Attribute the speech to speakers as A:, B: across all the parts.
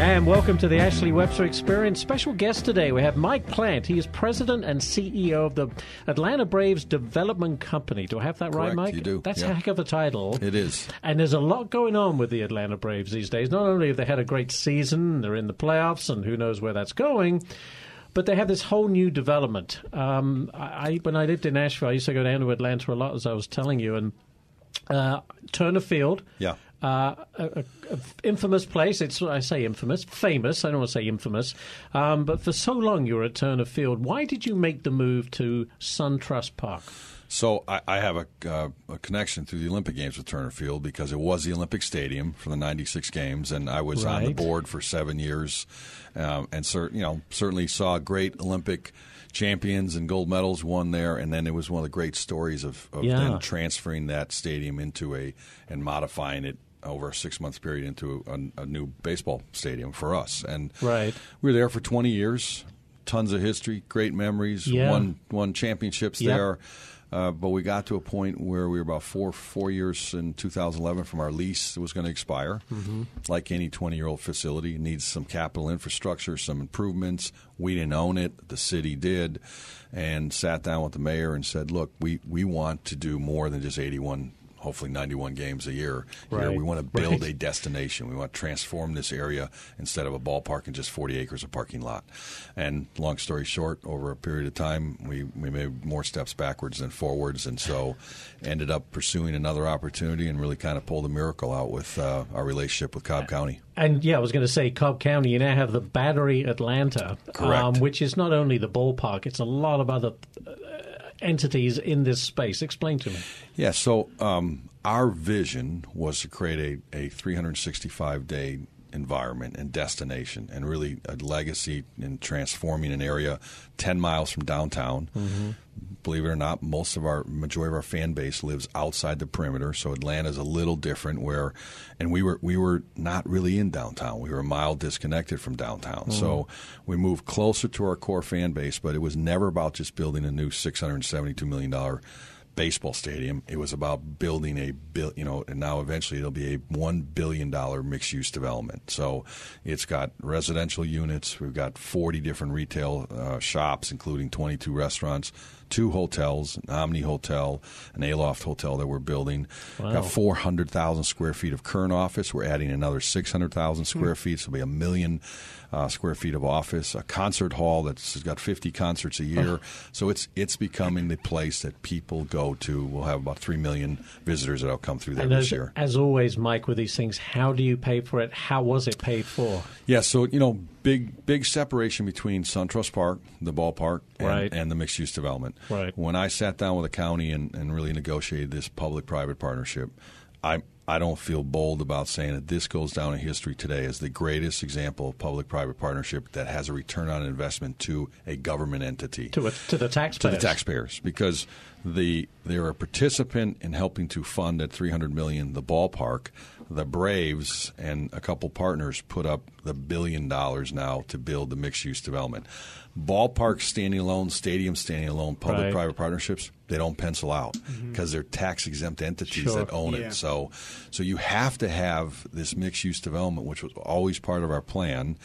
A: And welcome to the Ashley Webster Experience. Special guest today, we have Mike Plant. He is president and CEO of the Atlanta Braves Development Company. Do I have that right,
B: Correct,
A: Mike?
B: you do,
A: That's
B: yeah.
A: a heck of a title.
B: It is.
A: And there's a lot going on with the Atlanta Braves these days. Not only have they had a great season, they're in the playoffs, and who knows where that's going. But they have this whole new development. Um, I, I- when I lived in Nashville, I used to go down to Atlanta a lot, as I was telling you, and uh, Turner Field.
B: Yeah.
A: Uh, a, a- a infamous place. It's I say infamous, famous. I don't want to say infamous, um, but for so long you were at Turner Field. Why did you make the move to SunTrust Park?
B: So I, I have a, uh, a connection through the Olympic Games with Turner Field because it was the Olympic Stadium for the '96 Games, and I was on the
A: Right.
B: board for seven years, um, and cer- you know certainly saw great Olympic champions and gold medals won there, and then it was one of the great stories of, of
A: Yeah.
B: then transferring that stadium into a and modifying it over a six month period into a, a new baseball stadium for us, and
A: Right.
B: we were there for 20 years. Tons of history, great memories.
A: Yeah.
B: Won won championships
A: Yep.
B: there. Uh, but we got to a point where we were about four four years in 2011 from our lease that was going to expire.
A: Mm-hmm.
B: Like any 20 year old facility, it needs some capital infrastructure, some improvements. We didn't own it; the city did, and sat down with the mayor and said, "Look, we we want to do more than just 81." Hopefully, 91 games a year. here.
A: Right.
B: We want to build
A: Right.
B: a destination. We want to transform this area instead of a ballpark and just 40 acres of parking lot. And long story short, over a period of time, we, we made more steps backwards than forwards, and so ended up pursuing another opportunity and really kind of pulled a miracle out with uh, our relationship with Cobb County.
A: And yeah, I was going to say Cobb County. You now have the Battery Atlanta, um,
B: Correct.
A: which is not only the ballpark; it's a lot of other uh, entities in this space. Explain to me.
B: Yeah, so um, our vision was to create a, a 365 day environment and destination and really a legacy in transforming an area 10 miles from downtown. Believe it or not, most of our majority of our fan base lives outside the perimeter, so Atlanta's a little different where and we were we were not really in downtown. We were a mile disconnected from downtown. So we moved closer to our core fan base, but it was never about just building a new 672 million dollar baseball stadium. It was about building a bill, you know, and now eventually it'll be a one billion dollar mixed use development. So it's got residential units. We've got forty different retail uh, shops, including twenty two restaurants, two hotels, an Omni Hotel, an Aloft Hotel that we're building. Got four hundred thousand square feet of current office. We're adding another six hundred thousand square feet. So it'll be a million uh, square feet of office, a concert hall that's has got 50 concerts a year. So it's it's becoming the place that people go to. We'll have about three million visitors that'll come through there
A: And
B: this
A: as,
B: year.
A: as always, Mike, with these things, how do you pay for it? How was it paid for?
B: Yeah, so you know, big big separation between SunTrust Park, the ballpark, and,
A: Right.
B: and the mixed use development.
A: Right.
B: When I sat down with the county and, and really negotiated this public private partnership, I I don't feel bold about saying that this goes down in history today as the greatest example of public private partnership that has a return on investment to a government entity.
A: To, a, to the
B: to
A: taxpayers.
B: the taxpayers because the they're a participant in helping to fund at 300 million the ballpark the braves and a couple partners put up the billion dollars now to build the mixed use development ballpark standing alone stadium standing alone public
A: Right.
B: private partnerships they don't pencil out because they're tax exempt entities
A: Mm-hmm. Sure.
B: that own
C: Yeah.
B: it so so you have to have this mixed use development which was always part of our plan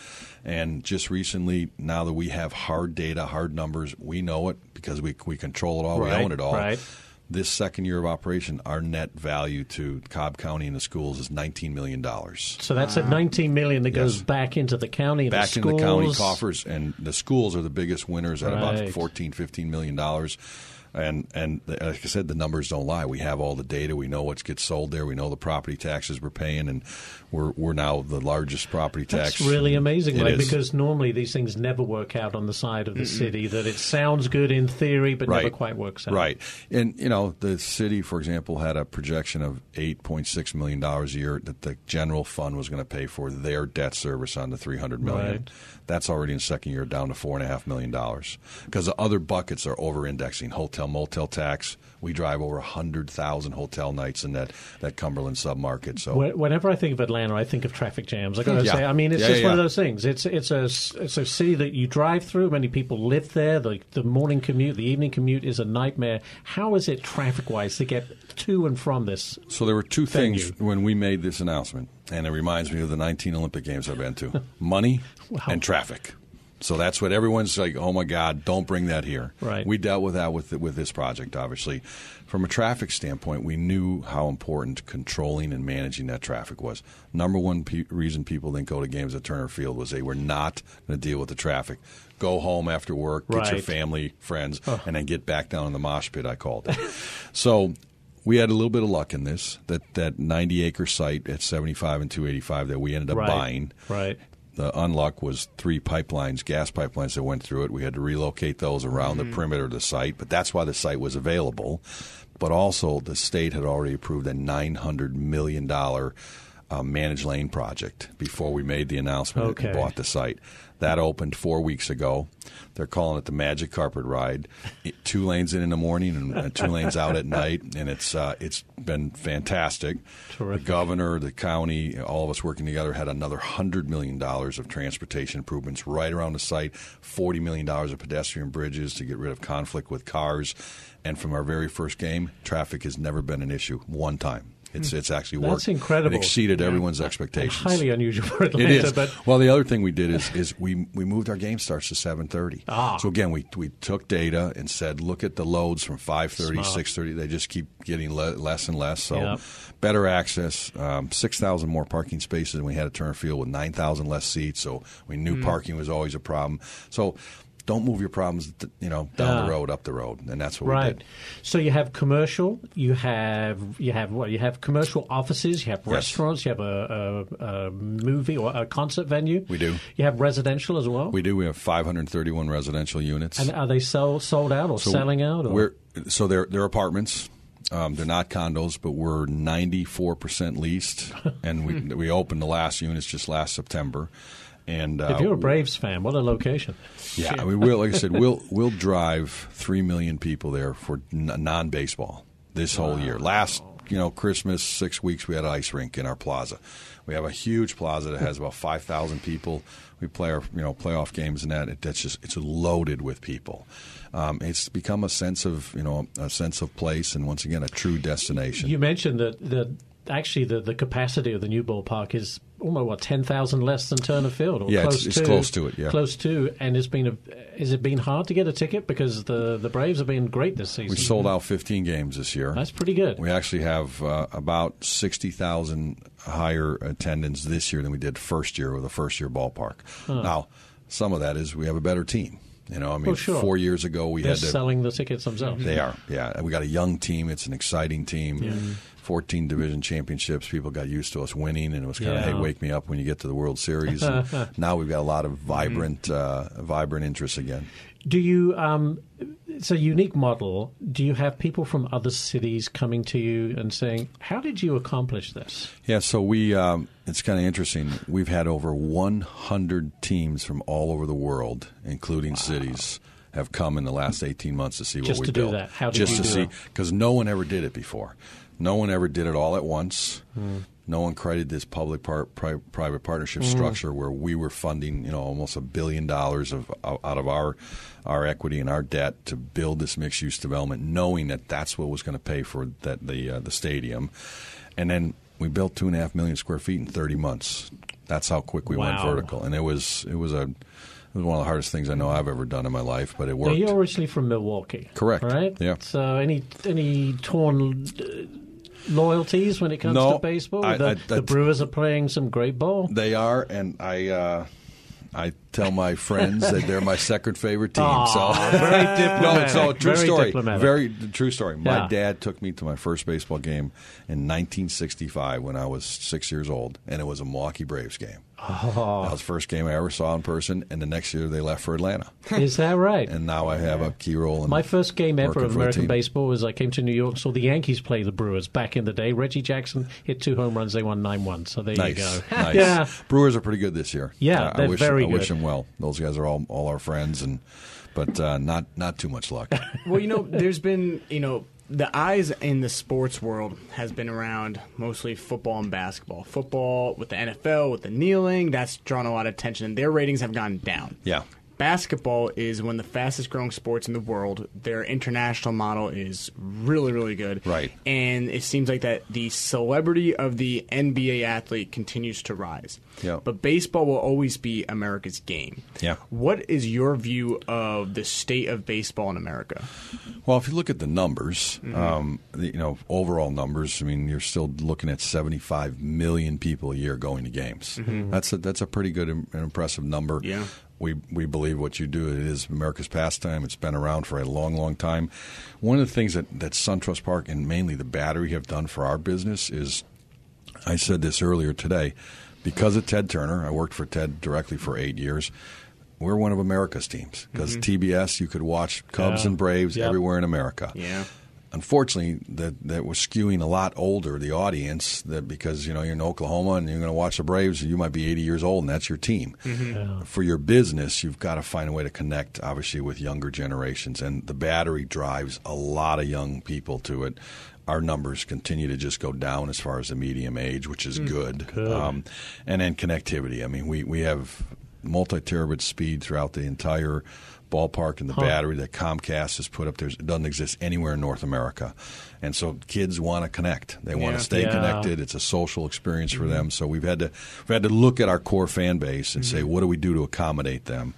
B: and just recently now that we have hard data hard numbers we know it because we we control it all
A: Right,
B: we own it all
A: right.
B: this second year of operation our net value to Cobb County and the schools is 19 million dollars
A: So that's at 19 million that goes back into the county and the
B: Uh, back in the
A: schools.
B: county coffers and the schools are the biggest winners at
A: Right.
B: about 14 15 million dollars And and like I said, the numbers don't lie. We have all the data. We know what gets sold there. We know the property taxes we're paying, and we're we're now the largest property tax.
A: That's really amazing,
B: It
A: right?
B: is.
A: Because normally these things never work out on the side of the city. That it sounds good in theory, but never
B: Right.
A: quite works out.
B: Right. And, you know, the city, for example, had a projection of $8.6 million a year that the general fund was going to pay for their debt service on the $300 million.
A: Right.
B: That's already in second year down to $4.5 million because the other buckets are over indexing hotel, motel tax. We drive over 100,000 hotel nights in that, that Cumberland submarket. So,
A: Wh- Whenever I think of Atlanta, I think of traffic jams. I got to
B: Yeah.
A: say, I mean, it's
B: Yeah,
A: just
B: yeah,
A: one
B: yeah.
A: of those things. It's it's a s- it's a city that you drive through. Many people live there. The the morning commute, the evening commute is a nightmare. How is it traffic wise to get to and from this?
B: So there were two
A: Thank
B: things when we made this announcement, and it reminds me of the 19 Olympic Games I've been to: money and traffic. So that's what everyone's like. Oh my God! Don't bring that here.
A: Right.
B: We dealt with that with with this project. Obviously, from a traffic standpoint, we knew how important controlling and managing that traffic was. Number one pe- reason people didn't go to games at Turner Field was they were not going to deal with the traffic. Go home after work, get your
A: Right.
B: family, friends, and then get back down in the mosh pit. I called it. so we had a little bit of luck in this that that 90 acre site at 75 and 285 that we ended up
A: Right.
B: buying.
A: Right.
B: The unluck was three pipelines, gas pipelines that went through it. We had to relocate those around
A: Mm-hmm.
B: the perimeter of the site, but that's why the site was available. But also, the state had already approved a $900 million uh, managed lane project before we made the announcement that we
A: Okay.
B: bought the site. That opened four weeks ago. They're calling it the Magic Carpet Ride. It- two lanes in in the morning and uh, two lanes out at night, and it's uh, it's been fantastic.
A: Terrific.
B: The governor, the county, all of us working together had another hundred million dollars of transportation improvements right around the site. Forty million dollars of pedestrian bridges to get rid of conflict with cars, and from our very first game, traffic has never been an issue one time. It's it's actually
A: Hmm. That's
B: worked.
A: incredible.
B: It exceeded everyone's expectations.
A: Highly unusual for
B: It
A: Atlanta,
B: is.
A: but
B: well, the other thing we did is is we we moved our game starts to 7:30.
A: Ah.
B: So again, we we took data and said, look at the loads from 5:30,
A: Smart.
B: 6:30. They just keep getting le- less and less. So
A: Yep.
B: better access, um, 6,000 more parking spaces than we had at Turner Field with 9,000 less seats. So we knew
A: Hmm.
B: parking was always a problem. So don't move your problems, th- you know, down
A: Ah.
B: the road, up the road, and that's what we
A: Right.
B: did.
A: So you have commercial, you have you have what you have commercial offices, you have
B: Yes.
A: restaurants, you have a, a, a movie or a concert venue.
B: We do.
A: You have residential as well.
B: We do. We have 531 residential units.
A: and are they sell, sold out or selling out? Or?
B: We're, so they're they're apartments. Um, they're not condos, but we're ninety four percent leased, and we we opened the last units just last September. And uh,
A: if you're a Braves fan, what a location!
B: yeah, I mean, we'll, like I said, we'll we'll drive three million people there for n- non baseball this whole year. Last you know Christmas six weeks we had an ice rink in our plaza. We have a huge plaza that has about five thousand people. We play our you know playoff games and that. It, that's just it's loaded with people. Um, it's become a sense of you know a sense of place and once again a true destination.
A: You mentioned that the actually the, the capacity of the new ballpark is almost what ten thousand less than Turner Field, or
B: Yeah, it's-
A: close
B: it's
A: to
B: close to it, yeah.
A: close to. And it's been a, is it been hard to get a ticket because the the Braves have been great this season.
B: we sold out fifteen games this year.
A: That's pretty good.
B: We actually have uh, about 60,000 higher attendance this year than we did first year with the first year ballpark. Now, some of that is we have a better team. You know, I mean,
A: Oh, sure.
B: four years ago we
A: They're
B: had to.
A: selling the tickets themselves.
B: They are, yeah. And We got a young team. It's an exciting team. 14 division championships. People got used to us winning, and it was kind of,
A: Yeah.
B: hey, wake me up when you get to the World Series. And now we've got a lot
A: Mm-hmm.
B: of vibrant, uh, vibrant interest again.
A: Do you? Um, it's a unique model. Do you have people from other cities coming to you and saying, "How did you accomplish this?"
B: Yeah, so we, um, it's kind of interesting. We've had over 100 teams from all over the world, including cities, have come in the last 18 months to see
A: Just
B: what we
A: to do
B: built.
A: that. How did
B: Just
A: you
B: to
A: do
B: see,
A: that?
B: because no one ever did it before. No one ever did it all at once.
A: Hmm.
B: No one credited this public par- pri- private partnership structure where we were funding, you know, almost a billion dollars of out of our our equity and our debt to build this mixed use development, knowing that that's what was going to pay for that the uh, the stadium, and then we built two and a half million square feet in thirty months. That's how quick we went
A: Wow.
B: vertical, and it was it was a it was one of the hardest things I know I've ever done in my life, but it
A: Now,
B: worked.
A: you're originally from Milwaukee,
B: Correct.
A: Right?
B: Yeah.
A: So any any torn uh, loyalties when it comes
B: No,
A: to baseball?
B: I-
A: the,
B: I-
A: the Brewers are playing some great ball.
B: They are, and I, uh, I tell my friends that they're my second favorite team.
A: Aw,
B: so
A: very
B: no, it's all
A: diplomatic,
B: true
A: very
B: story.
A: diplomatic.
B: Very true story. My
A: Yeah.
B: dad took me to my first baseball game in 1965 when I was six years old, and it was a Milwaukee Braves game.
A: Oh.
B: That was the first game I ever saw in person, and the next year they left for Atlanta,
A: Is that right?
B: and now I have a key role in
A: My first game ever
B: Working
A: of
B: for a
A: American
B: team.
A: baseball was I came to New York and saw the Yankees play the Brewers back in the day. Reggie Jackson hit two home runs. They won 9 1. So there
B: Nice,
A: you go.
B: nice.
A: Yeah.
B: Brewers are pretty good this year.
A: Yeah,
B: I- I
A: they're
B: wish,
A: very
B: I wish
A: good.
B: them well. Those guys are all all our friends, and but uh, not not too much luck.
C: Well, you know, there's been, you know, the eyes in the sports world has been around mostly football and basketball. Football with the NFL, with the kneeling, that's drawn a lot of attention. Their ratings have gone down.
B: yeah,
C: Basketball is one of the fastest growing sports in the world. Their international model is really, really good.
B: Right.
C: And it seems like that the celebrity of the NBA athlete continues to rise.
B: Yeah.
C: But baseball will always be America's game.
B: Yeah.
C: What is your view of the state of baseball in America?
B: Well, if you look at the numbers,
A: Mm-hmm.
B: um, the, you know overall numbers. I mean, you're still looking at 75 million people a year going to games.
A: Mm-hmm.
B: That's a, that's a pretty good and impressive number.
C: Yeah.
B: We, we believe what you do it is America's pastime. It's been around for a long, long time. One of the things that, that SunTrust Park and mainly the battery have done for our business is I said this earlier today. Because of Ted Turner, I worked for Ted directly for eight years. We're one of America's teams because TBS, you could watch Cubs
A: Mm-hmm. Yeah.
B: and Braves
A: Yep.
B: everywhere in America.
C: Yeah.
B: Unfortunately, that that was skewing a lot older the audience that because you know you're in Oklahoma and you're going to watch the Braves, you might be 80 years old and that's your team. For your business, you've got to find a way to connect, obviously, with younger generations, and the battery drives a lot of young people to it. Our numbers continue to just go down as far as the medium age, which is good, Um, and then connectivity. I mean, we we have multi terabit speed throughout the entire ballpark and the battery that Comcast has put up there it doesn't exist anywhere in North America. And so kids want to connect. They want
C: Yeah.
B: to stay
A: Yeah.
B: connected. It's a social experience
C: Mm-hmm.
B: for them. So we've had to we've had to look at our core fan base and
C: Mm-hmm.
B: say what do we do to accommodate them?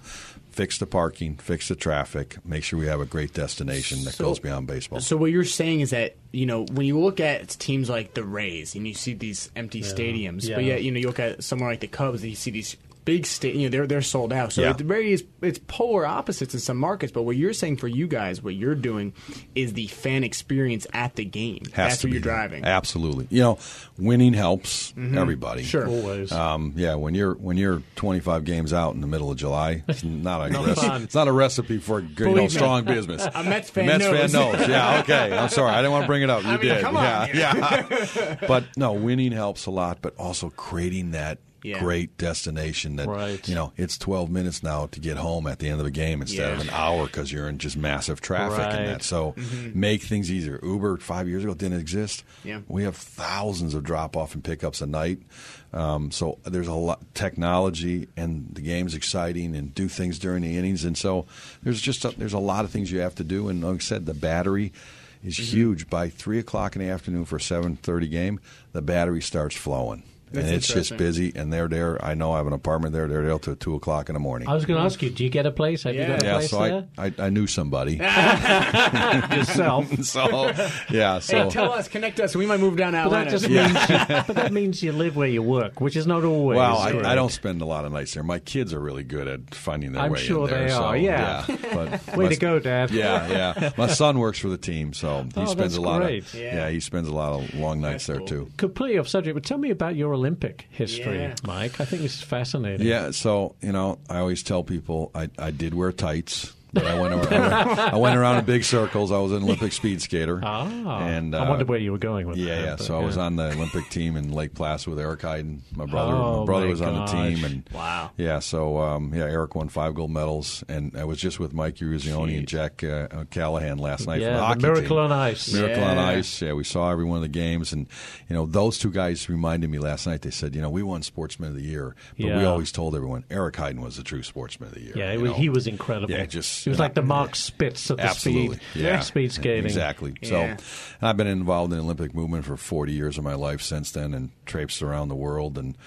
B: Fix the parking, fix the traffic, make sure we have a great destination that
C: So-
B: goes beyond baseball.
C: So what you're saying is that you know when you look at teams like the Rays and you see these empty stadiums, but
A: Yeah.
C: yet you know you look at somewhere like the Cubs and you see these big sta- you know they're they're sold out. So
B: Yeah.
C: it very is it's polar opposites in some markets. But what you're saying for you guys, what you're doing is the fan experience at the game.
B: Has
C: That's
B: to
C: what
B: be
C: you're
B: there.
C: driving. Mm-hmm.
B: Absolutely. You know, winning helps everybody.
C: Sure.
A: Always.
B: Um, yeah, when you're when you're 25 games out in the middle of July, it's not a
A: fun.
B: recipe, it's not a recipe for you know,
C: Believe me.
B: strong business.
C: A Mets fan
B: Mets fan
C: knows.
B: knows. Yeah. Okay. I'm sorry. I didn't want to bring it up. You
C: I mean,
B: did.
C: come on
B: yeah.
C: here.
B: Yeah. but no, winning helps a lot, but also creating that.
C: Yeah.
B: Great destination that
A: Right.
B: you know it's 12 minutes now to get home at the end of the game instead of
C: Yeah.
B: an hour because you're in just massive traffic
A: Right.
B: and that. So make things easier. Uber five years ago didn't exist.
C: Mm-hmm. Yeah.
B: We have thousands of drop off and pickups a night. Um, so there's a lot technology and the game's exciting and do things during the innings. And so there's just a, there's a lot of things you have to do. And like I said, the battery is
C: Mm-hmm.
B: huge. By three o'clock in the afternoon for a seven thirty game, the battery starts flowing.
C: That's
B: and it's just
C: interesting.
B: busy, and they're there. I know I have an apartment there. They're there till two o'clock in the morning.
A: I was going to ask you, do you get a place? Have you got a
B: yeah,
A: place
B: so
A: there?
B: I, I, I knew somebody.
A: Yourself.
B: so yeah, so
C: Hey, tell us, connect us. We might move down to
A: But that
C: Atlanta.
A: just means you, but that means you live where you work, which is not always.
B: Well, I,
A: great.
B: I don't spend a lot of nights there. My kids are really good at finding their
A: I'm
B: way
A: sure
B: in there.
A: they
B: so,
A: are, yeah.
B: But
A: Way
B: my-
A: to go, Dad.
B: Yeah, yeah. My son works for the team, so he
A: Oh,
B: spends
A: that's
B: a lot
A: great.
B: of
C: Yeah.
B: yeah. he spends a lot of long nights
C: That's
B: there
C: cool.
B: too.
A: Completely off subject, but tell me about your Olympic history,
C: Yeah.
A: Mike. I think this is fascinating.
B: Yeah, so you know, I always tell people I, I did wear tights. But I went around. I went around in big circles. I was an Olympic speed skater.
A: Ah,
B: and
A: I
B: uh,
A: wondered where you were going with that.
B: Yeah, yeah.
A: but,
B: So I was on the Olympic team in Lake Placid with Eric Hyden. My brother,
A: Oh,
B: my brother
A: my
B: was on the team,
A: gosh.
B: and
C: Wow.
B: yeah. So um, yeah, Eric won five gold medals, and I was just with Mike Urizioni and Jack uh, Callahan last night.
A: Yeah,
B: from
A: the
B: the hockey
A: Miracle on
B: team.
A: Ice.
B: Miracle on
C: Yeah.
B: Ice. Yeah, we saw every one of the games, and you know those two guys reminded me last night. They said, you know, we won Sportsman of the Year, but we
A: Yeah.
B: always told everyone Eric Hyden was the true Sportsman of the Year.
A: Yeah, it
B: you
A: was,
B: know?
A: he was incredible.
B: Yeah, just-
A: he was like the Mark Spitz of the
B: Absolutely.
A: speed,
B: Yeah.
A: speed skating.
B: Exactly. So
C: Yeah.
B: I've been involved in the Olympic movement for 40 years of my life since then and traipsed around the world. And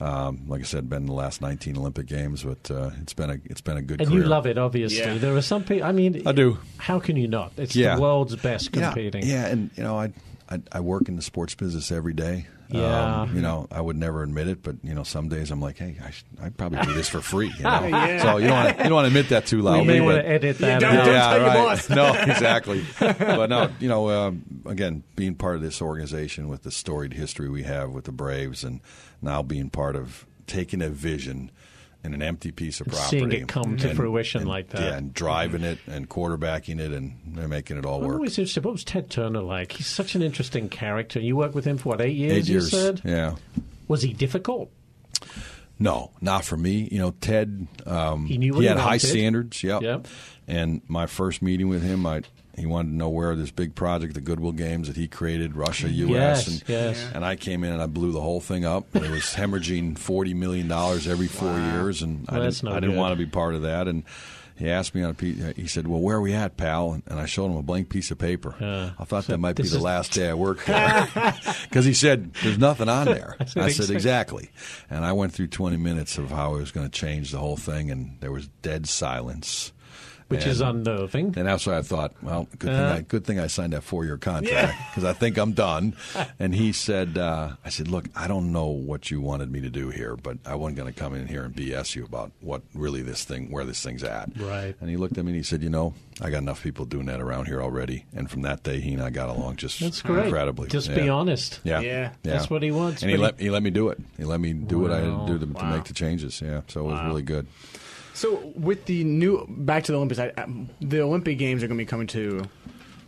B: um, like I said, been in the last 19 Olympic Games, but uh, it's been a it's been a good
A: And
B: career.
A: you love it, obviously.
C: Yeah.
A: There are some people. I mean,
B: I do.
A: How can you not? It's
B: Yeah.
A: the world's best
B: Yeah,
A: competing.
B: Yeah, and you know, I I, I work in the sports business every day. Um,
A: Yeah.
B: you know, I would never admit it, but you know, some days I'm like, hey, I should, I'd probably do this for free. You know?
C: Yeah.
B: So you don't wanna, you don't want to admit that too
A: We
B: loudly.
A: may want
B: but-
A: to edit that
C: don't-
A: out.
C: Yeah. tell your boss.
B: no, exactly. but no, you know, um, again, being part of this organization with the storied history we have with the Braves, and now being part of taking a vision and an empty piece of property,
A: Seeing it come to fruition like that.
B: yeah, and driving it and quarterbacking it and and making it all
A: I'm
B: work.
A: always interested. What was Ted Turner like? He's such an interesting character. You worked with him for what eight years?
B: Eight years,
A: You said.
B: yeah.
A: Was he difficult?
B: No, not for me. You know, Ted. Um,
A: He knew what
B: he
A: he
B: had high
A: wanted.
B: standards. Yep.
A: Yep.
B: And my first meeting with him, I he wanted to know where this big project, the Goodwill Games, that he created, Russia, U.S.
A: Yes,
B: and,
A: yes.
B: and I came in and I blew the whole thing up. It was hemorrhaging forty million dollars every four years, and I
A: Well, that's
B: didn't,
A: no
B: I didn't
A: good.
B: want to be part of that. And he asked me on a piece. He said, "Well, where are we at, pal?" And, and I showed him a blank piece of paper. I thought that might be
A: this
B: the
A: is-
B: last day I worked there because he said, "There's nothing on there." I said, "Exactly," and I went through 20 minutes of how I was going to change the whole thing, and there was dead silence.
A: Which is
B: And-
A: unnerving.
B: And that's why I thought, well, good,
A: Uh-huh.
B: thing, I, good thing I signed that four year contract because I think I'm done. And he said, uh, I said, look, I don't know what you wanted me to do here, but I wasn't going to come in here and BS you about what really this thing, where this thing's at.
A: Right.
B: And he looked at me and he said, you know, I got enough people doing that around here already. And from that day, he and I got along just
A: That's great.
B: incredibly.
A: Just
B: Yeah.
A: be honest.
B: Yeah.
C: Yeah.
A: That's what he wants,
B: And he
A: but
B: let, he let me do it. He let me do what I had to do to, to
C: Wow.
B: make the changes. Yeah. So it was really good.
C: So with the new back to the Olympics, I, I, the Olympic Games are going to be coming to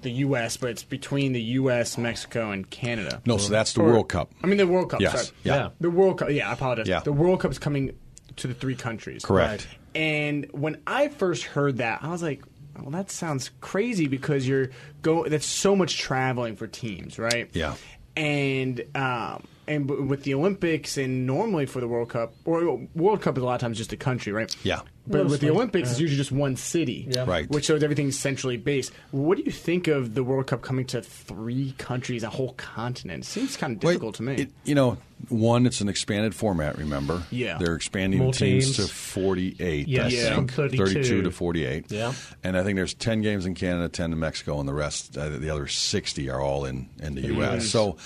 C: the U.S., but it's between the U.S., Mexico, and Canada.
B: No, so that's the
C: Or-
B: World Cup.
C: I mean the World Cup.
B: Yes.
C: Sorry.
B: Yeah.
A: Yeah.
C: The World Cup. Yeah, I apologize.
B: Yeah.
C: The World Cup's coming to the three countries.
B: Correct.
C: And when I first heard that, I was like, "Well, that sounds crazy because you're go. That's so much traveling for teams, right?
B: Yeah.
C: And um, and w- with the Olympics and normally for the World Cup or World Cup is a lot of times just a country, right?
B: Yeah.
C: But with the
A: Mostly,
C: Olympics, it's
A: yeah.
C: usually just one city,
A: Yeah.
B: Right.
C: Which shows everything's centrally based. What do you think of the World Cup coming to three countries, a whole continent? Seems kind of
B: Well,
C: difficult to me.
B: It, you know, one, it's an expanded format. Remember,
C: Yeah.
B: they're expanding
A: More
B: the
A: teams.
B: teams, to forty-eight. I
A: Yes,
C: Yeah.
B: think.
A: from 32.
B: to forty-eight.
A: Yeah.
B: and I think there's ten games in Canada, ten in Mexico, and the rest, uh, the other sixty, are all in in the U.S.
C: US.
B: So.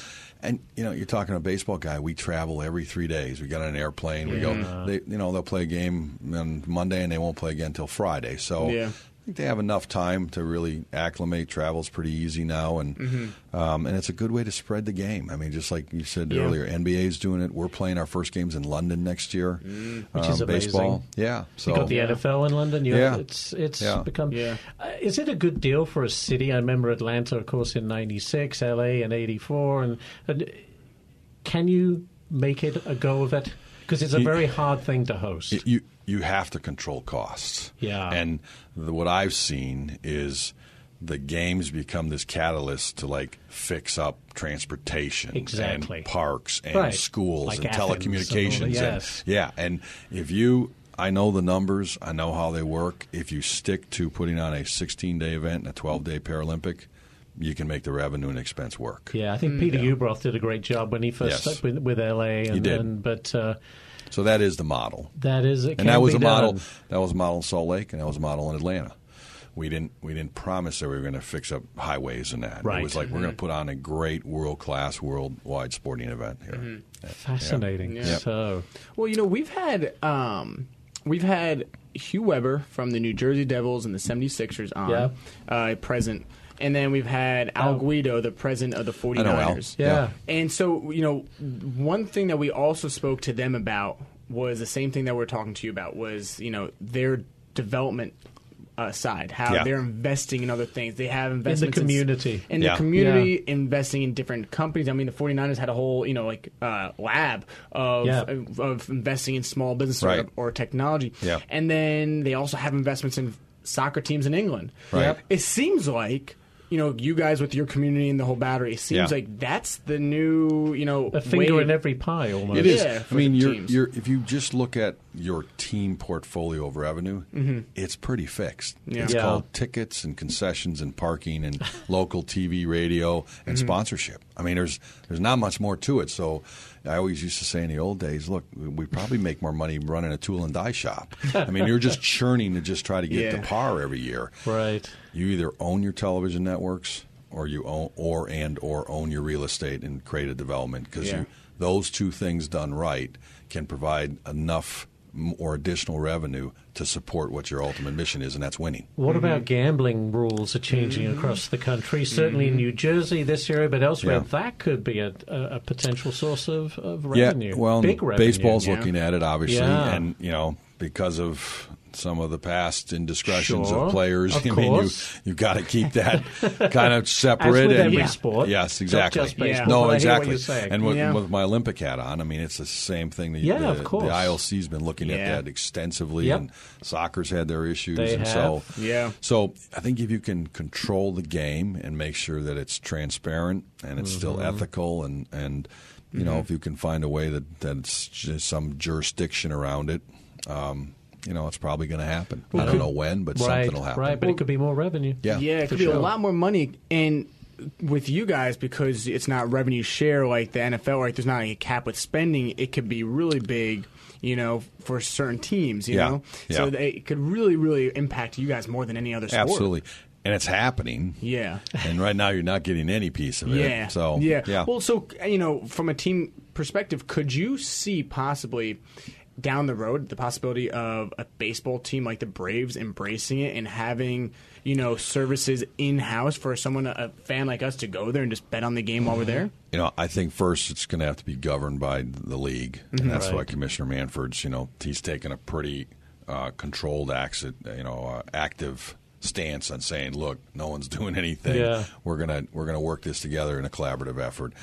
B: And you know, you're talking to a baseball guy. We travel every three days. We got on an airplane. We go. They, you know, they'll play a game on Monday, and they won't play again until Friday. So
C: Yeah.
B: I think they have enough time to really acclimate. Travel's pretty easy now, and
A: Mm-hmm.
B: um, and it's a good way to spread the game. I mean, just like you said
C: Yeah.
B: earlier, NBA's doing it. We're playing our first games in London next year,
A: Mm.
B: Um,
A: Which is amazing.
B: baseball. Yeah, so
A: You got the
C: Yeah.
A: NFL in London. You
B: Yeah.
A: it's it's
B: Yeah.
A: become.
C: Yeah.
A: Uh, is it a good deal for a city? I remember Atlanta, of course, in '96, LA in '84, and, and can you make it a go of it? Because it's a very hard thing to host.
B: It- you you have to control costs.
A: Yeah.
B: and the, what I've seen is the games become this catalyst to like fix up transportation
A: Exactly.
B: and parks and
A: Right.
B: schools
A: Like
B: and
A: Athens and all that,
B: telecommunications and-
A: yes.
B: yeah and if you I know the numbers I know how they work if you stick to putting on a 16 day event and a 12 day Paralympic you can make the revenue and expense work
A: Yeah, I
C: Mm.
A: think Peter Ubroth did a great job when he first
B: Yes.
A: stuck with, with LA. And,
B: did.
A: and- but uh,
B: so that is the model
A: that is it. can
B: and that was
A: be
B: a model.
A: done.
B: That was a model in Salt Lake, and that was a model in Atlanta. We didn't we didn't promise that we were going to fix up highways and that.
A: Right. Mm-hmm.
B: It was like we're going to put on a great world class, worldwide sporting event here.
A: Mm-hmm. Fascinating.
C: Yeah.
A: So
C: Well, you know, we've had um, we've had Hugh Weber from the New Jersey Devils and the 76ers on
A: Yeah.
C: uh, present, and then we've had Al
A: Oh.
C: Guido, the president of the
B: I know Al.
C: 49ers.
A: yeah.
B: Yeah.
C: And so, you know, one thing that we also spoke to them about was the same thing that we're talking to you about was, you know, their development uh, side, how
B: Yeah.
C: they're investing in other things. They have investments
A: community.
C: In,
B: Yeah.
C: the community, investing in different companies. I mean, the 49ers had a whole, you know, like uh, lab of,
A: Yeah.
C: of, of investing in small business
B: Right.
C: or, or technology.
B: Yeah.
C: And then they also have investments in soccer teams in England.
B: Right. Yep.
C: It seems like, you know, you guys with your community and the whole battery, it seems
B: Yeah.
C: like that's the new, you know,
A: a finger
C: wave.
A: in every pie almost.
B: It is.
C: Yeah,
B: I
C: for
B: mean,
C: the
B: you're,
C: teams.
B: you're, if you just look at your team portfolio of revenue, it's pretty fixed.
C: Mm-hmm. Yeah.
B: It's
A: Yeah.
B: called tickets and concessions and parking and local TV, radio, and
C: Mm-hmm.
B: sponsorship. I mean, there's there's not much more to it. So I always used to say in the old days, look, we- we probably make more money running a tool and die shop. I mean, you're just churning to just try to get
C: Yeah.
B: to par every year.
A: Right.
B: You either own your television networks or you own or and or own your real estate and create a development because
C: Yeah.
B: you those two things done right can provide enough m- or additional revenue to support what your ultimate mission is, and that's winning.
A: What
C: Mm-hmm.
A: about gambling rules are changing across the country? Certainly
C: Mm-hmm.
A: in New Jersey this area, but elsewhere,
B: Yeah.
A: that could be a, a, a potential source of, of revenue.
B: Yeah, well,
A: big revenue.
B: baseball's
C: yeah.
B: looking at it obviously,
A: Yeah.
B: and you know because of some of the past indiscretions
A: Sure,
B: of players.
A: of
B: I mean, you
A: course.
B: you've got to keep that kind of separate.
A: As with
B: and,
A: every Yeah. sport.
B: yes,
A: Not
B: exactly.
A: just baseball, but
B: No,
A: I hear what
B: exactly.
A: you're saying.
B: And with,
C: Yeah.
B: with my Olympic hat on, I mean, it's the same thing. The,
A: Yeah,
B: the,
A: of course.
B: The ILC's been looking at
C: Yeah.
B: that extensively,
A: Yep.
B: and soccer's had their issues,
A: They
B: and
A: have.
B: so
C: Yeah.
B: so I think if you can control the game and make sure that it's transparent and it's still ethical and and you know if you can find a way that that's just some jurisdiction around it, um, you know it's probably going to happen. I don't know when, but
A: right,
B: something will happen.
A: right, but it could be more revenue.
B: yeah,
C: Yeah, it
A: for
C: could be
A: sure.
C: a lot more money and with you guys because it's not revenue share like the NFL, right? There's not like a cap with spending. It could be really big, you know, for certain teams, you
B: Yeah,
C: know.
B: yeah.
C: So they, it could really, really impact you guys more than any other sport.
B: absolutely, and it's happening.
C: Yeah.
B: And right now you're not getting any piece of it.
C: Yeah.
B: So
C: yeah. Well, so you know, from a team perspective, could you see possibly down the road the possibility of a baseball team like the Braves embracing it and having you know services in house for someone, a fan like us, to go there and just bet on the game while we're there?
B: you know, I think first it's going to have to be governed by the league, and that's why Commissioner Manford's, you know, he's taken a pretty uh, controlled, accident, you know, uh, active stance on saying, look, no one's doing anything.
A: Yeah.
B: We're gonna we're gonna work this together in a collaborative effort.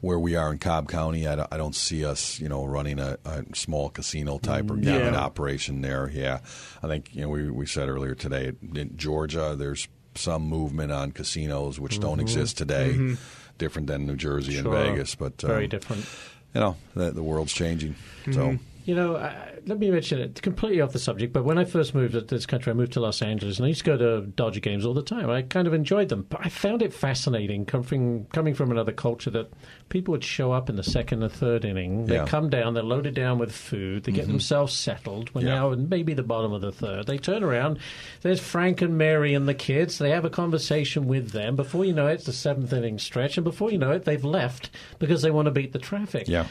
B: Where we are in Cobb County, I don't, I don't see us, you know, running a, a small casino type or
C: Yeah.
B: government operation there. Yeah, I think you know we we said earlier today in Georgia, there's some movement on casinos which don't exist today, different than New Jersey in
A: Mm-hmm. Sure.
B: Vegas, but um,
A: Very different.
B: You know, the, the world's changing. So
A: You know, uh, let me mention it completely off the subject, but when I first moved to this country, I moved to Los Angeles, and I used to go to Dodger games all the time. I kind of enjoyed them, but I found it fascinating coming coming from another culture that people would show up in the second or third inning. They
B: Yeah. Mm-hmm.
A: come down, they're loaded down with food, they get themselves settled. We're
B: Yeah.
A: now in maybe the bottom of the third. They turn around, there's Frank and Mary and the kids. They have a conversation with them. Before you know it, it's the seventh inning stretch, and before you know it, they've left because they want to beat the traffic.
B: Yeah.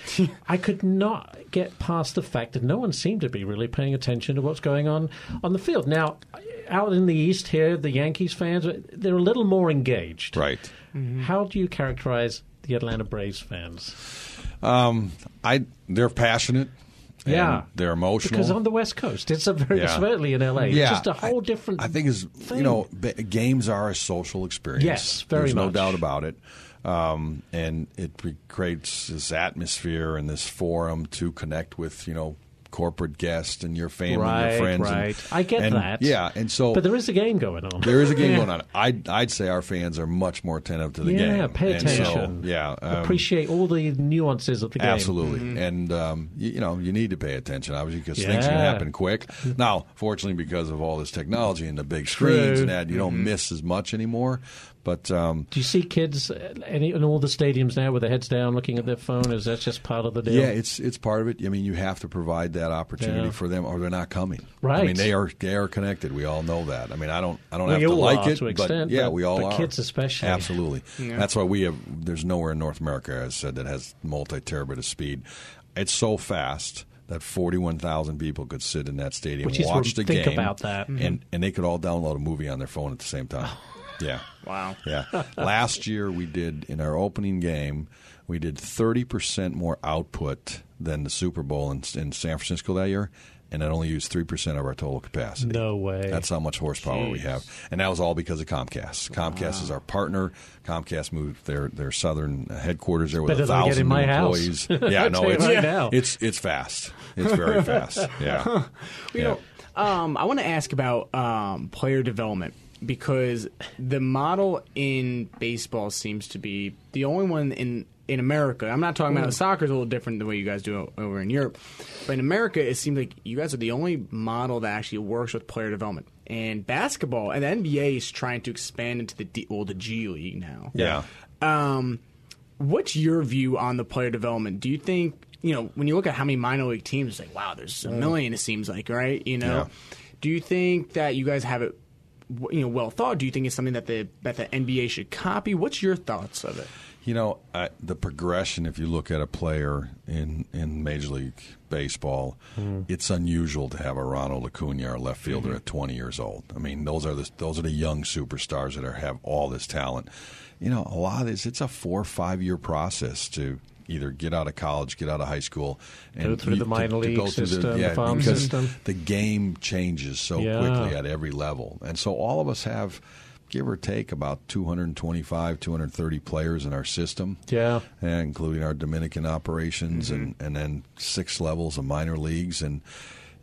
A: I could not get past the fact that no one seemed to be really paying attention to what's going on on the field. Now, out in the East here, the Yankees fans, they're a little more engaged.
B: right.
A: How do you characterize the Atlanta Braves fans?
B: I they're passionate. and
A: Yeah.
B: they're emotional.
A: Because on the West Coast, it's a very,
B: Yeah.
A: certainly in LA, it's just a whole
B: I,
A: different.
B: I think is
A: thing.
B: you know ba- games are a social experience.
A: Yes, very
B: There's no
A: much.
B: doubt about it. Um, and it pre- creates this atmosphere and this forum to connect with you know corporate guests and your family, and
A: Right,
B: your friends. and-
A: right. I get
B: and-
A: that.
B: Yeah, and so
A: But there is a game going on.
B: there is a game going on. I'd, I'd say our fans are much more attentive to the
A: yeah,
B: game.
A: pay
B: And so,
A: attention.
B: yeah, um,
A: Appreciate all the nuances of the game. Mm-hmm.
B: Absolutely, and um, you, you know you need to pay attention obviously because things can
A: Yeah. Mm-hmm.
B: happen quick. Now, fortunately, because of all this technology and the big screens
A: True. Mm-hmm.
B: and that, you don't miss as much anymore. But um,
A: Do you see kids uh, any, in all the stadiums now with their heads down looking at their phone? Is that just part of the deal?
B: yeah, it's it's part of it. I mean, you have to provide that opportunity
A: Yeah.
B: for them, or they're not coming. I
A: Right.
B: mean, they are they are connected. We all know that. I mean, I don't I don't
A: We
B: have to
A: all
B: like
A: are
B: it,
A: to an
B: but
A: extent,
B: yeah,
A: but-
B: we all
A: but
B: are.
A: kids especially.
B: Absolutely. That's why we have. There's nowhere in North America, as I said, that has multi terabit of speed. It's so fast. That forty-one thousand people could sit in that stadium,
A: Which is
B: watch the
A: rem- think
B: game,
A: about that. Oh.
B: and and they could all download a movie on their phone at the same time. yeah,
C: Wow.
B: yeah. Last year we did in our opening game, we did 30% more output than the Super Bowl in, in San Francisco that year, and it only used 3% of our total capacity.
A: No way.
B: That's how much horsepower we have. And that was all because of Comcast. Comcast is our partner. Comcast moved their, their southern headquarters there with
A: Better
B: a
A: than I get
B: thousand
A: in my
B: new
A: house.
B: employees. Yeah,
A: I'll
B: no,
A: tell you
B: it's,
A: right now.
B: it's it's fast. It's very fast. Yeah.
C: You
B: Yeah.
C: know, um, I want to ask about um, player development because the model in baseball seems to be the only one in in America. I'm not talking about
B: Mm.
C: soccer's a little different the way you guys do it over in Europe, but in America, it seems like you guys are the only model that actually works with player development. And basketball and the NBA is trying to expand into the D, well the G League now.
B: Yeah.
C: Um, what's your view on the player development? Do you think you know when you look at how many minor league teams, it's like wow, there's a million. It seems like right, you know.
B: Mm. Yeah.
C: Do you think that you guys have it w- you know well thought? Do you think it's something that the that the NBA should copy? What's your thoughts of it?
B: You know, I, the progression, if you look at a player in, in Major League Baseball,
A: Hmm.
B: it's unusual to have a Ronald Acuna, our left fielder, at 20 years old. I mean, those are the, those are the young superstars that are, have all this talent. You know, a lot of this, it's a four or five year process to either get out of college, get out of high school, and
A: Go through the
B: to-
A: minor
B: to
A: league
B: go through
A: system, the farm
B: because
A: system.
B: The game changes so
A: Yeah.
B: quickly at every level. And so all of us have, give or take, about 225, 230 players in our system.
A: Yeah. Mm-hmm.
B: Yeah, including our Dominican operations and, and then six levels of minor leagues. And,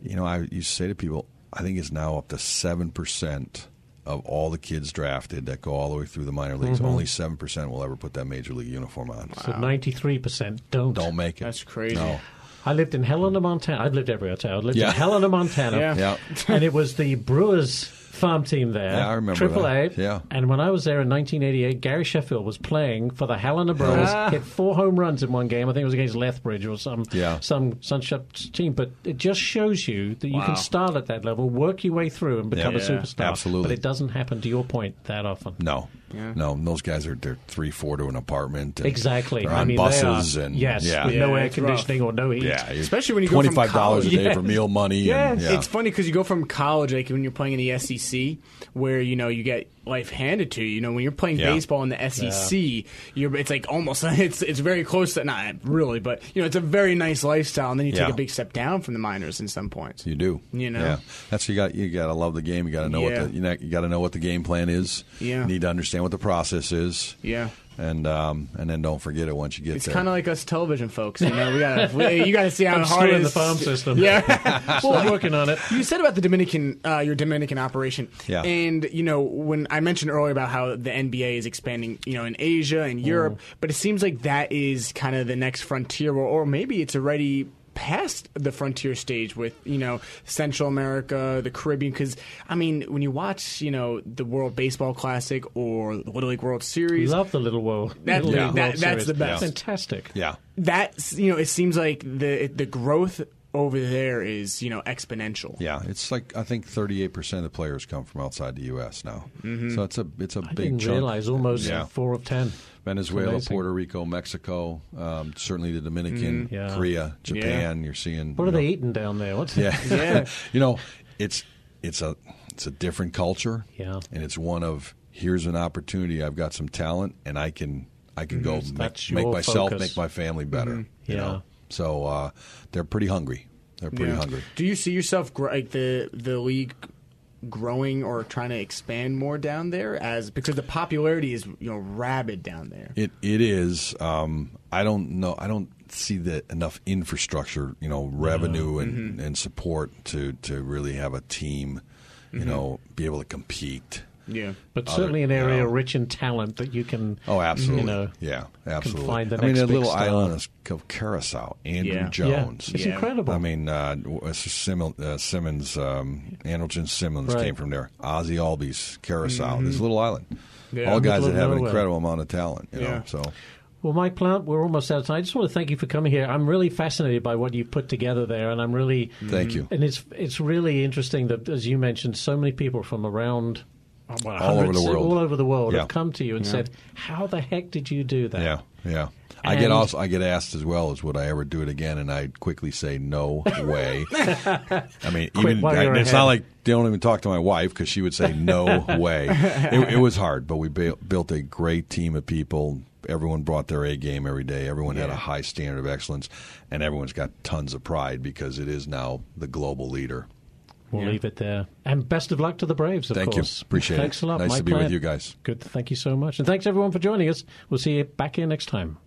B: you know, I used to say to people, I think it's now up to 7% of all the kids drafted that go all the way through the minor
A: Mm-hmm.
B: leagues. Only 7% will ever put that major league uniform on.
A: So 93% don't.
B: Don't make it.
C: That's crazy.
B: No.
A: I lived in Helena, Montana. I've lived everywhere. I lived
B: Yeah.
A: in Helena, Montana.
C: Yeah.
B: Yeah.
A: and it was the Brewers farm team there.
B: Yeah, I remember
A: Triple
B: that.
A: A.
B: Yeah.
A: And when I was there in 1988, Gary Sheffield was playing for the Helena Brewers.
C: Ah.
A: Hit four home runs in one game. I think it was against Lethbridge or some
B: Yeah.
A: some sunshot team. But it just shows you that you
C: Wow.
A: can start at that level, work your way through, and become
B: Yeah.
A: a superstar.
B: Absolutely.
A: But it doesn't happen to your point that often.
B: No.
C: Yeah.
B: No, and those guys are they're three, four to an apartment. and
A: Exactly.
B: they're
A: I
B: on
A: mean, they are-
B: buses and
A: yes,
B: yeah,
A: with no
C: Yeah,
A: air
C: it's rough.
A: conditioning or no heat.
B: yeah. you're-
C: Especially when you go from
B: twenty-five dollars a
C: college.
B: day for
C: Yes.
B: meal money.
C: Yeah,
B: and, yeah.
C: it's funny because you go from college, like when you're playing in the SEC, where you know you get life handed to you. You know when you're playing
B: Yeah.
C: baseball in the SEC, you're it's like almost it's it's very close to not really, but you know it's a very nice lifestyle. And then you take
B: Yeah.
C: a big step down from the minors in some points.
B: You do.
C: You know?
B: Yeah. That's you got you got to love the game. You got to know
C: Yeah.
B: what the, you, know, you got to know what the game plan is.
C: Yeah.
B: You need to understand what the process is.
C: Yeah.
B: And um and then don't forget it once you get
C: It's
B: there.
C: kind of like us television folks, you know. We gotta, we, you gotta see how
A: I'm
C: hard
A: still
C: it
A: in the
C: is.
A: farm system.
C: Yeah,
A: Still working on it.
C: You said about the Dominican, uh, your Dominican operation,
B: Yeah.
C: And you know, when I mentioned earlier about how the NBA is expanding, you know, in Asia
A: Mm.
C: and Europe, but it seems like that is kind of the next frontier, or, or maybe it's already past the frontier stage with you know Central America, the Caribbean. Because I mean, when you watch, you know, the World Baseball Classic or the Little League World Series,
A: Love the little world.
C: That-
A: Little
C: yeah.
A: World
C: that- that's
A: Series.
C: the best.
A: Fantastic.
B: yeah.
C: that's you know it seems like the the growth over there is you know exponential.
B: Yeah, it's like I think 38% of the players come from outside the US now.
C: Mm-hmm.
B: So it's a it's a
A: I
B: big
A: didn't
B: chunk.
A: realize almost
B: Yeah.
A: four of ten.
B: Venezuela,
A: Amazing.
B: Puerto Rico, Mexico, um, certainly the Dominican,
C: Mm-hmm.
A: Yeah.
B: Korea, Japan, you're seeing
A: What
B: you
A: are they
B: know-
A: eating down there? What's
B: Yeah.
C: Yeah.
B: you know, it's it's a it's a different culture.
A: Yeah.
B: And it's one of here's an opportunity. I've got some talent and I can I can go
A: Mm-hmm. that's
B: make, make
A: your
B: myself,
A: focus. Mm-hmm.
B: make my family better. You
A: Yeah.
B: know? So uh, they're pretty hungry. They're pretty
C: Yeah.
B: hungry.
C: Do you see yourself gr- like the the league growing or trying to expand more down there as because the popularity is you know rabid down there.
B: It it is. Um, I don't know. I don't see that enough infrastructure, you know,
A: Mm-hmm.
B: revenue and, and support to to really have a team, you
A: Mm-hmm.
B: know, be able to compete.
C: Yeah.
A: But
B: Other-
A: certainly an area
B: Oh, yeah.
A: rich in talent that you can.
B: Oh, absolutely.
A: You know,
B: yeah, absolutely.
A: find the
B: I mean,
A: next
B: that
A: big
B: little
A: star.
B: island is called Curacao. Andrew
C: Yeah.
B: Jones.
A: Yeah, it's
C: Yeah.
A: incredible.
B: I mean, uh, uh, Simmel, uh, Simmons, um, Andrelton Simmons
A: Right. Mm-hmm.
B: came from there. Ozzy Albies, Curacao, this little island.
C: Yeah,
B: All guys
A: middle
B: that
A: of
B: have an
A: nowhere.
B: incredible amount of talent. You
C: Yeah.
B: know, so
A: Well, Mike Plant, we're almost out of time. I just want to thank you for coming here. I'm really fascinated by what you've put together there, and I'm really
B: Thank you.
A: And it's it's really interesting that, as you mentioned, so many people from around uh, what,
B: All over the
A: hundreds-
B: world.
A: all over the world
B: Yeah.
A: have come to you and said, "How the heck did you do that?"
B: yeah, yeah. I get
A: And-
B: also I get asked as well as would I ever do it again, and I quickly say no way. I mean, even
A: while
B: I-
A: you're
B: it's
A: ahead.
B: not like they don't even talk to my wife because she would say no way. It, it was hard, but we bu- built a great team of people. Everyone brought their A game every day. Everyone had a
C: Yeah.
B: high standard of excellence, and everyone's got tons of pride because it is now the global leader.
A: We'll
C: Yeah.
A: leave it there. And best of luck to the Braves, of
B: Thank you.
A: course.
B: Appreciate it.
A: Thanks a lot.
B: Nice to
A: Mike
B: be with
A: Plant.
B: you guys.
A: Good. Thank you so much. And thanks everyone for joining us. We'll see you back here next time.